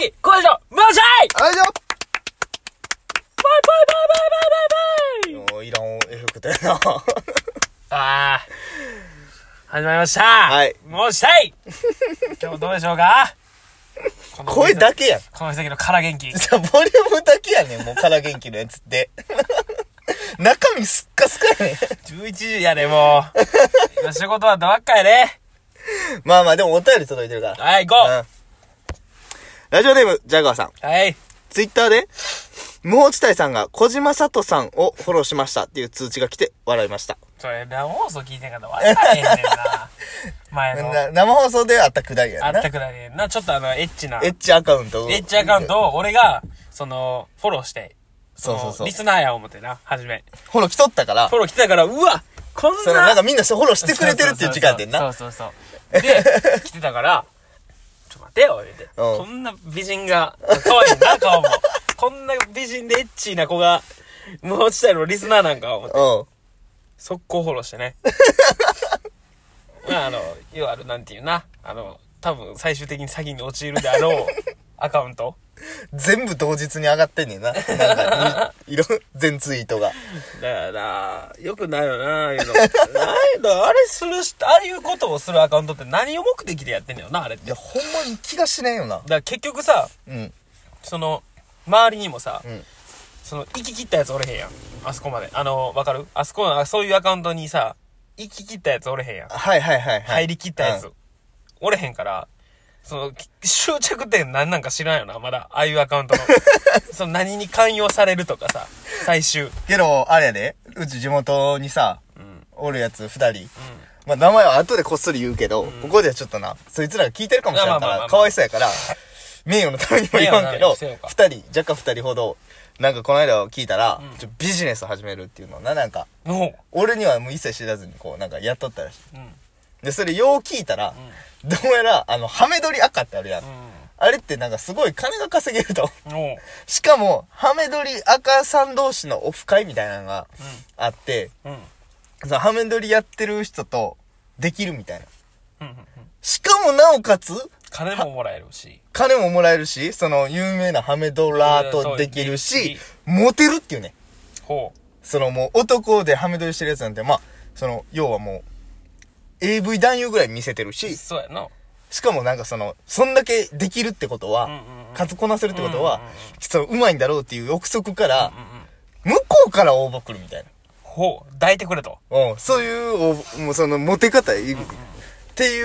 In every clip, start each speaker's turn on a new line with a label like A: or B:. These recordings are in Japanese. A: に、こいしょ、マジャイ
B: あれじ
A: バイ
B: ゃ
A: バイバイバイバイバイバイ
B: もういらんえふくて な。
A: ああ、始まりました。
B: い
A: もうしたい今日どうでしょうかこの
B: 声だけやん。じ
A: この先のから元気。
B: ゃあ、ボリュームだけやねん、もう、から元気のやつって。 中身すっかすかやねん。
A: 11時やで、もう。今仕事終わったばっかやで。
B: まあまあ、でもお便り届いてるから。
A: はい、行こ
B: うん。ラジオネーム、ジャガーさん。
A: うはい。
B: ツイッターで、無法地帯さんが小島さとさんをフォローしましたっていう通知が来て笑いました。
A: それ、生放送聞いてんかったら分からへんねんな。前の。
B: な生放送であったくだりや
A: あ
B: な。
A: ったくだりな、ちょっとあの、エッチな。
B: エッチアカウントを
A: エッチアカウントを俺が、その、フォローして。
B: そうそうそう
A: のリスナーや思ってな、はじめ。
B: フォロー来とったから
A: フ、ォロー来てたから、うわこんな。
B: それなんかみんなフォローしてくれてるっていう時間やってんな。
A: そうそうそうそう。で、来てたから、ちょっと待てよ、言うて。
B: うん
A: こんな美人が、可愛いな、顔も。こんな美人でエッチな子が、無法地帯のリスナーなんか思って、
B: うん。
A: 速攻フォローしてね。まあ、あの、要はある、なんていうな。あの、多分最終的に詐欺に陥るであろう、アカウント。
B: 全部同日に上がってんねんな。なんか、い いろ、全ツイートが。
A: だからな、よくないよな、ああいうの。 ないの、あれするし、ああいうことをするアカウントって何を目的でやってんのよな、あれって。
B: い
A: だ
B: や、
A: か
B: ほんまに気がしねえよな。
A: ら結局さ、
B: うん。
A: その、周りにもさ、
B: ん
A: その、行き切ったやつおれへんやん。あそこまで。あの、わかるあそこの、あそういうアカウントにさ、行き切ったやつおれへんやん。
B: はいはいはい、はい。
A: 入り切ったやつ、
B: うん
A: おれへんから、その、き終着点何なんか知らんよな、まだ。ああいうアカウン トの。その、何に寛容されるとかさ、最終。
B: けど、あれやで、うち地元にさ、おるやつ二人。まあ、名前は後でこっそり言うけど、ここではちょっとな、そいつらが聞いてるかもしれな
A: ま
B: い
A: あま
B: か
A: あまあま
B: ら、
A: あ
B: かわいそうやから、 名誉のためにも言わんけど、
A: 名誉のた
B: 二人、若干二人ほど、なんかこの間聞いたら、ちょビジネス始めるっていうのをな、なんか、
A: もう。
B: 俺にはもう一切知らずに、こう、なんかやっとったらしい。
A: うん。
B: で、それよう聞いたら、どうやら、あの、ハメ撮り赤ってあるやん。あれってなんかすごい金が稼げると。
A: うん。もう。
B: しかも、ハメ撮り赤さん同士のオフ会みたいなのがあって、
A: うん。
B: そのハメ撮りやってる人とできるみたいな。
A: うんうんうん
B: しかもなおかつ、
A: 金ももらえるし。
B: 金ももらえるし、その有名なハメドラーとできるし、モテるっていうね。
A: ほう。
B: そのもう男でハメ撮りしてるやつなんて、まあ、その、要はもう、AV 男優ぐらい見せてるし、
A: そうやな。
B: しかもなんかその、そんだけできるってことは、
A: んうん
B: 数こなせるってこと
A: う
B: は
A: んうんうん、
B: その、うまいんだろうっていう憶測から、向こうから応募来るみたいな。
A: ほう。抱いてくれと。
B: うん、そういう応募、もうその、モテ方、ってい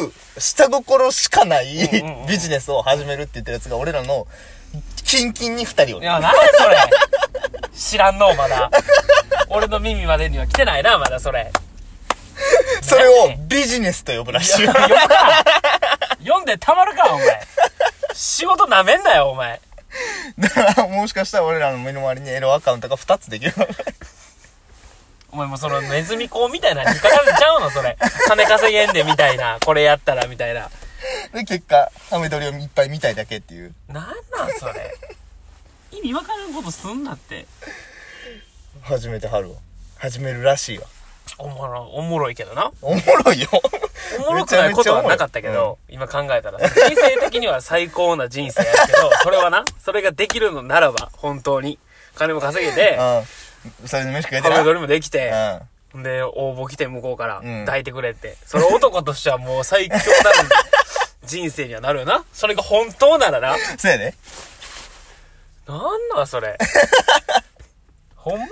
B: う、下心しかない
A: んうんうん
B: ビジネスを始めるって言ってるやつが、俺らの、キンキンに二人お
A: い
B: る。
A: や、なんやそれ。知らんの、まだ。俺の耳までには来てないな、まだそれ。
B: それを
A: ね
B: ビジネスと呼ぶらしい。
A: 読むか。読んでたまるか、お前。仕事なめんなよ、お前。
B: だから、もしかしたら俺らの身の回りにエロアカウントが二つできる。
A: お前もうそのネズミ講みたいなのに引っかかれちゃうの、それ。金稼げんで、みたいな。これやったら、みたいな。
B: で、結果、ハメ撮りをいっぱい見たいだけっていう。
A: なんなん、それ。意味わからんことすんなって。
B: 始めてはるわ。始めるらしいわ。
A: おもろ、おもろいけどな。
B: おもろいよ。
A: おもろくないことはなかったけど、今考えたら、人生的には最高な人生やけど、それは な、それができるのならば、本当に。金も稼げて
B: う、ん。それで飯食えて
A: ハ
B: な。
A: メ撮
B: う
A: りもできて、
B: ん。
A: で、応募来て向こうから
B: うん、
A: 抱いてくれって。それ男としてはもう最強なる 人生にはなるよな。それが本当ならな。
B: そうやで。
A: なんなんそれ。ほんま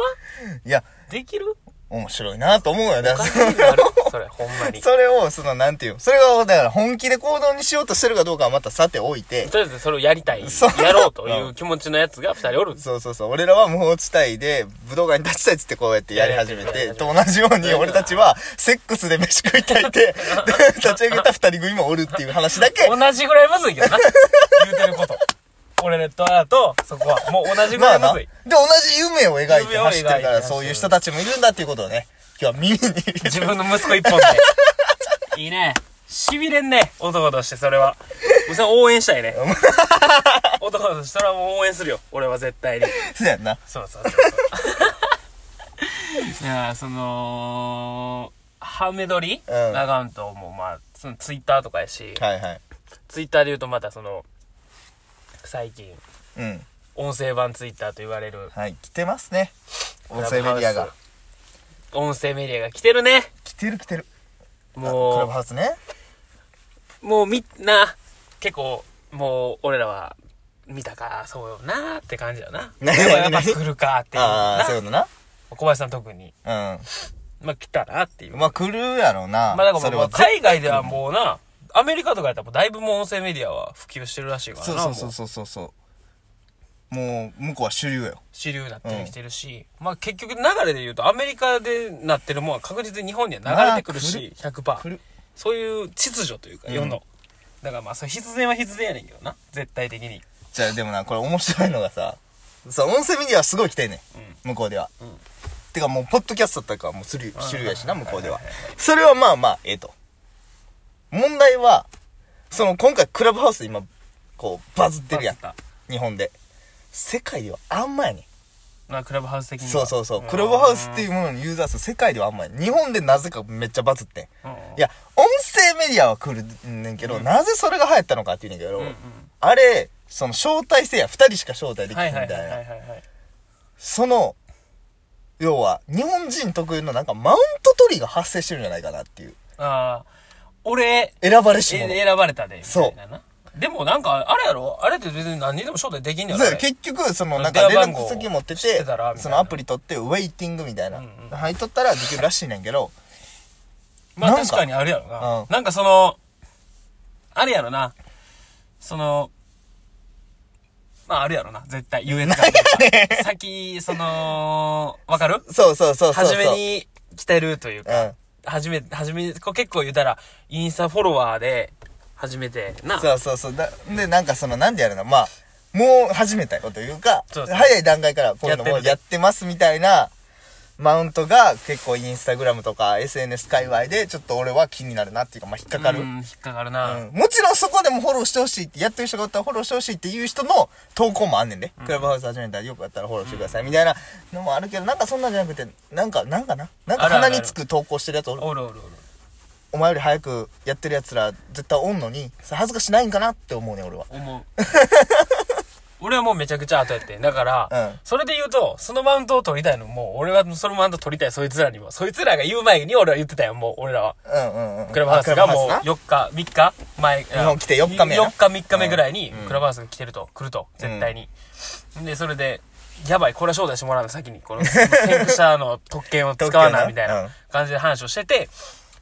B: いや、
A: できる
B: 面白いなと思うよ。だ
A: お
B: から
A: 金になるそれ、ほんまに。
B: それを、その、なんていうのそれを、だから本気で行動にしようとしてるかどうかはまたさておいて、
A: とりあえずそれをやりたい、
B: そう
A: やろうという気持ちのやつが二人おるんです。
B: そうそうそう、俺らは無法地帯で、武道館に立ちたいっつってこうやってやり始め て、と同じように俺たちは、セックスで飯食いたいって、 で立ち上げた二人組もおるっていう話だけ、
A: 同じぐらいむずいけどな。言うてること。俺とあと、そこは、もう同じぐ
B: ま
A: ら
B: あ
A: いむ
B: な、
A: ず
B: で
A: い。、
B: 同じ夢を描いて走ってるか
A: 夢を描い
B: ら、
A: て
B: そういう人たちもいるんだっていうことをね、今日は耳に入れ
A: 自
B: て、
A: 分の息子一本で。いいね。痺れんね。男として、それは。うさ応援したいね。 男として、それはもう応援するよ。俺は絶対に。
B: そうやんな。
A: そうそうそうそう。いやー、その、ハメ撮り、
B: うん
A: アカウントも、まあ、そのツイッターとかやし、
B: はいはい。
A: ツイッターで言うとまたその、最近
B: うん。
A: 音声版ツイッターと言われる
B: はい、来てますね。音声メディアが。
A: 音声メディアが来てるね
B: 来てる来てる。クラブ
A: も
B: ハウスね。
A: うもうみんな結構もう俺らは見たかそうよなーって感じ だなでもやっぱ来るかっていう
B: ああ、そう
A: な
B: いうことな。
A: 小林さん特にまあ来たなっていう
B: うん。まあ、来るやろうな。
A: まあだか
B: そ
A: ら
B: れ
A: も
B: は
A: う海外ではもうな、アメリカとかやったらもうだいぶもう音声メディアは普及してるらしいから
B: そう
A: な。
B: そ
A: もう
B: うそうそうそうそう。もう、向こうは主流よ。
A: 主流になってきてるし、まあ結局流れで言うとアメリカでなってるもんは確実に日本には流れてくるし、
B: 来
A: 100%。
B: る。
A: そういう秩序というか、世の。だからまあそれ必然は必然やねんけどな、絶対的に。
B: じゃあ、でもな、これ面白いのがさ、そう、音声メディアはすごい来てんねん。向こうでは。てかもう、ポッドキャストとかはもう主流主流やしな、向こうでは。それはまあまあ、ええと。問題は、その、今回クラブハウスで今、こう、バズってるやん。
A: まあ
B: 日本で。世界ではあんまやねん。
A: まあクラブハウス的には。
B: そうそうそう。クラブハウスっていうもののユーザー数、世界ではあんまり。日本でなぜかめっちゃバズってん。
A: うん。うん
B: いや、音声メディアは来るんねんけど、なぜそれが流行ったのかって言うねんけど、
A: うん
B: あれ、その招待制や、二人しか招待でき
A: は
B: ない
A: い
B: み
A: は
B: たい
A: い
B: な。
A: はいはいはい。
B: その、要は、日本人特有のなんかマウント取りが発生してるんじゃないかなっていう。
A: ああ、俺、
B: 選ばれし者。
A: え選ばれたで、みた
B: そう
A: いなな。でもなんか、あれやろあれって別に何にでも招待できんねやろ
B: そう
A: あれ
B: 結局、その、なん
A: 電
B: か
A: 話番
B: 連
A: 号
B: 絡先持って
A: 知っててたらみたい、な
B: そのアプリ取って、ウェイティングみたいな。入っとったらできるらしいねんけど、
A: まあ
B: なんか
A: 確かにあるやろな。
B: うん
A: なんかその、あれやろな。その、まああるやろな。絶 対。優越感というか。先、その、わかる
B: そうそうそうそうそう。
A: 初めに来てるという
B: う
A: か
B: ん。
A: 初め、初め、こう結構言うたら、インスタフォロワーで、初めて、な。
B: そうそうそう。だで、なんかその、なんでやるのまあ、もう始めたこというか、
A: そうそう
B: 早い段階からこういうの
A: や
B: も
A: って
B: う
A: る
B: やってますみたいな、マウントが結構インスタグラムとか SNS 界隈でちょっと俺は気になるなっていうか、まあ引っかかる。
A: う、
B: うんん
A: 引っかかるな。
B: もちろんそこでもフォローしてほしいって、やってる人がおったらフォローしてほしいっていう人の投稿もあんねんで、クラブハウス始めたらよかったらフォローしてくださいみたいなのもあるけど、なんかそんなんじゃなくて、なんか、なんかななんか
A: あるある
B: 鼻につく投稿してるやつおる
A: おるおるおる。
B: お前より早くやってるやつら絶対おんのに、それ恥ずかしないんかなって思うねん俺は。
A: 思う。 俺はもうめちゃくちゃ後やってん。だから、
B: うん
A: それで言うと、そのマウントを取りたいのも、俺はそのマウント取りたい、そいつらにも。そいつらが言う前に俺は言ってたよ、もう、俺らは。
B: うんうんうん。
A: クラブハウスがもう
B: あクラブハウスな
A: 4日、3日前。日
B: 本来て4日目やな
A: 4日、3日目ぐらいに、クラブハウスが来てると、来ると、絶対に。で、それで、やばい、これは招待してもらうの、先に。この、先駆者の特権を使わな、
B: 特権な
A: みたいうなん感じで話をしてて、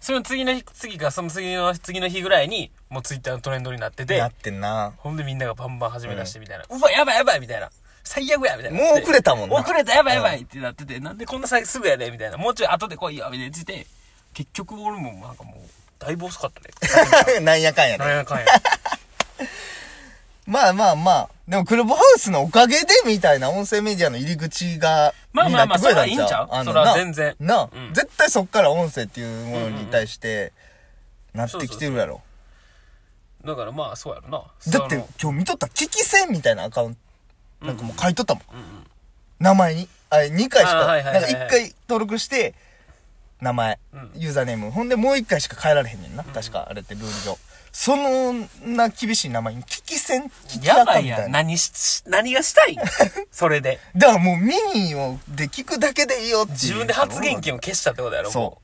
A: その次の日、次か、その次の、次の日ぐらいに、もうツイッターのトレンドになってて、
B: なってんな。
A: ほんでみんながバンバン始め出してみたいな。うわ、やばいやばいみたいな。最悪やみたいな。
B: もう遅れたもんな
A: 遅れたやばいやばいってなってて、なんでこんな最すぐやねみたいな。もうちょい後で来いよみたいな言ってて、結局俺もなんかもう、だいぶ遅かったね。
B: なんやかんや
A: なん
B: ね。
A: やかんや。
B: まあまあまあ。でも、クラブハウスのおかげで、みたいな音声メディアの入り口が、
A: まあまあまあ
B: になってくれ
A: そ
B: た
A: れはいいんちゃう
B: あの
A: それは
B: な
A: 全然
B: なあ
A: うん
B: 絶対そっから音声っていうものに対して、なってきてるやろ。
A: だからまあそうやろな。
B: だって
A: その、
B: 今日見とった、聞き戦みたいなアカウント、なんかもう書いとったもん。名前に。あれ、2回し
A: あーは
B: か、ないんか
A: はいはいはい
B: 1回登録して、名前、ユーザーネーム。ほんで、もう1回しか変えられへんねんな。確か、あれってルール上。その、な、厳しい名前に、聞き戦、聞き
A: や
B: ア
A: ば
B: カ
A: い
B: み
A: や
B: た
A: ん。
B: いな。
A: 何しし、何がしたいんそれで。
B: だからもう、ミニを、で聞くだけでいいよって いう
A: 自分で発言権を消したってことやろ。
B: そ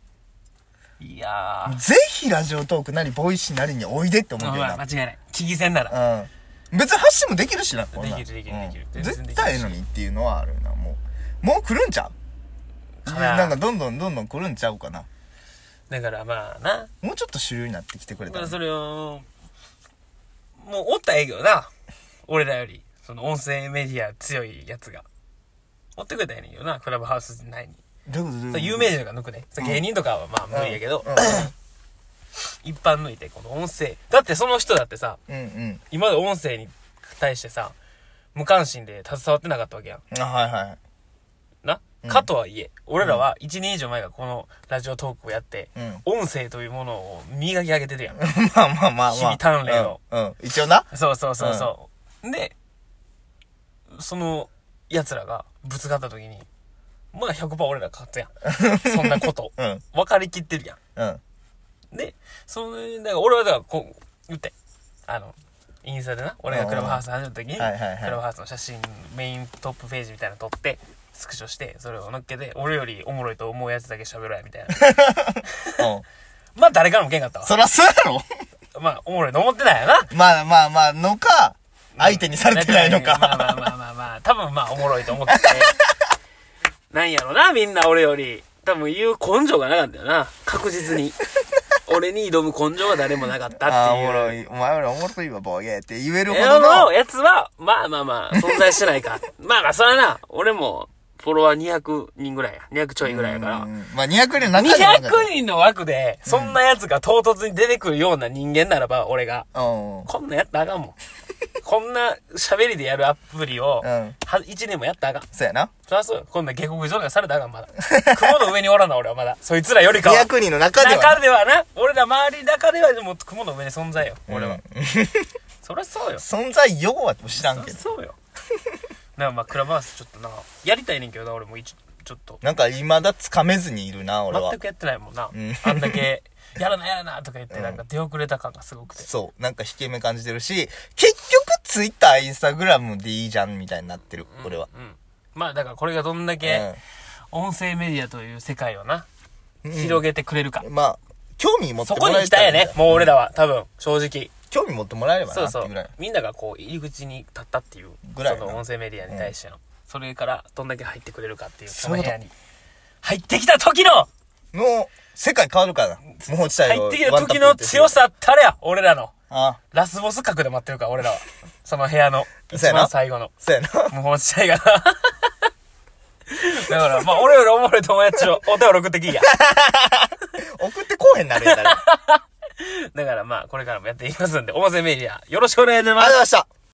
B: う
A: いや
B: う。ぜひ、ラジオトークなり、ボイシーなりにおいでって思
A: ー。
B: うけど
A: まあ間
B: な
A: 違。いない。危機戦なら。
B: うん。別に発信もできるしな、こんなん
A: できるできるできる
B: う
A: 全然で
B: ん絶
A: きるし
B: 対ええのにっていうのはあるよな、もう。もう来るんちゃう
A: かな
B: なんかどんどんどんどん来るんちゃうかな。
A: だからまあな。
B: もうちょっと主流になってきてくれた
A: ま
B: ら
A: あ
B: ね
A: それをもうおったらええけどな俺らよりその音声メディア強いやつがおってくれたらええねんけどなクラブハウス内に、
B: どういうことどういう
A: そ
B: こと
A: れ有名人が抜くね、それ芸人とかはまあ無理やけど、
B: うん
A: 一般抜いてこの音声だってその人だってさ
B: うんうん。
A: 今まで音声に対してさ無関心で携わってなかったわけやん
B: あ、はいはい。
A: な、かとはいえ俺らは1年以上前がこのラジオトークをやって、音声というものを磨き上げてるやん
B: まあまあまあまあ。
A: 日々鍛錬を
B: うん。うん。一応な。
A: そうそうそうそう。で、その、奴らがぶつかった時に、まあ100%俺ら勝つや ん。そんなこと。
B: うん。
A: 分かりきってるや
B: うん。
A: ん。で、その、だから俺はだからこう、言って、あの、インスタでな、俺がクラブハウス始めた時に、ク
B: はいはいはい
A: ラブハウスの写真、メイントップページみたいなの撮って、スクショして、それを乗っけて、俺よりおもろいと思うやつだけ喋ろうや、みたいな。
B: うん。
A: まあ誰からもけんかったわ。
B: そらそうやろ
A: まあ、おもろいと思ってないよな。
B: まあまあまあ、のか、相手にされてないの
A: まあ
B: か。
A: まあまあまあまあ、多分まあおもろいと思ってて。なんやろな、みんな俺より。多分言う根性がなかったよな。確実 に。俺に挑む根性が誰もなかったっていう。
B: あーおもろい。お前らおもろいわ、ボーゲーって言えるほ
A: エロ
B: ど
A: の
B: の。
A: やつは、まあまあまあ、存在してないか。 まあまあ、それはな、俺も、フォロワー200人ぐらいや。200ちょいぐらいやから
B: う。んまあ200人の中でもなんか。
A: 200人の枠で、そんなやつが唐突に出てくるような人間ならば、俺が。
B: うん。
A: こんなんやったらあかんも ん。こんな喋りでやるアプリを、
B: うん
A: は1年もやったらあかん。
B: そうやな。
A: そりゃそうよこんな下克上がされたらあかん、まだ。 雲の上におらな、俺はまだ。そいつらよりかは。
B: 200人の中では
A: 中。ではな。俺ら周りの中では、でも雲の上に存在よ、俺 は。そりゃそうよ。
B: 存在ようは知らんけど。
A: そうよなんかまあクラブハウスちょっとなやりたいねんけどな俺も一ちょっと
B: なんか未だつかめずにいるな、俺は
A: 全。くやってないもんな、
B: ん
A: あんだけ「やらなやらな」とか言ってなんか出遅れた感がすごくて、
B: そう。なんか引け目感じてるし、結局ツイッター、インスタグラムでいいじゃんみたいになってる、俺は。
A: うん、まあだからこれがどんだ
B: うん
A: け音声メディアという世界をな、広げてくれるか、
B: まあ、興味持って
A: そ
B: も
A: こに
B: ら
A: 行
B: え
A: きたいよ
B: ら
A: ね、もう俺らは多分正直
B: 興味持ってもらえれば
A: そう
B: なって
A: そ。
B: いうぐらいう
A: みんながこう入り口に立ったっていう
B: ぐらい
A: そ
B: の
A: の音声メディアに対しての、それからどんだけ入ってくれるかっていうそ
B: そう
A: の
B: いう
A: 部
B: こと
A: 屋に入ってきた時の
B: もう、世界変わるからな。無法地帯
A: 入
B: を
A: ってきた時の強。
B: ワンタップで打ってる
A: さたれや俺らの
B: ああ、
A: ラスボス格で待ってるから、俺らは。その部屋 の、
B: そう
A: 一
B: やな
A: 番最後の。
B: そうやな。
A: 無法地帯 が。だから、まあ、俺よりおもろい友達をお手を送ってきいや。
B: 送ってこうへんなれんだね。ありがとう
A: だからまあ、これからもやっていきますんで、音声メディア、よろしくお願いしま
B: ござ
A: す
B: い。ました。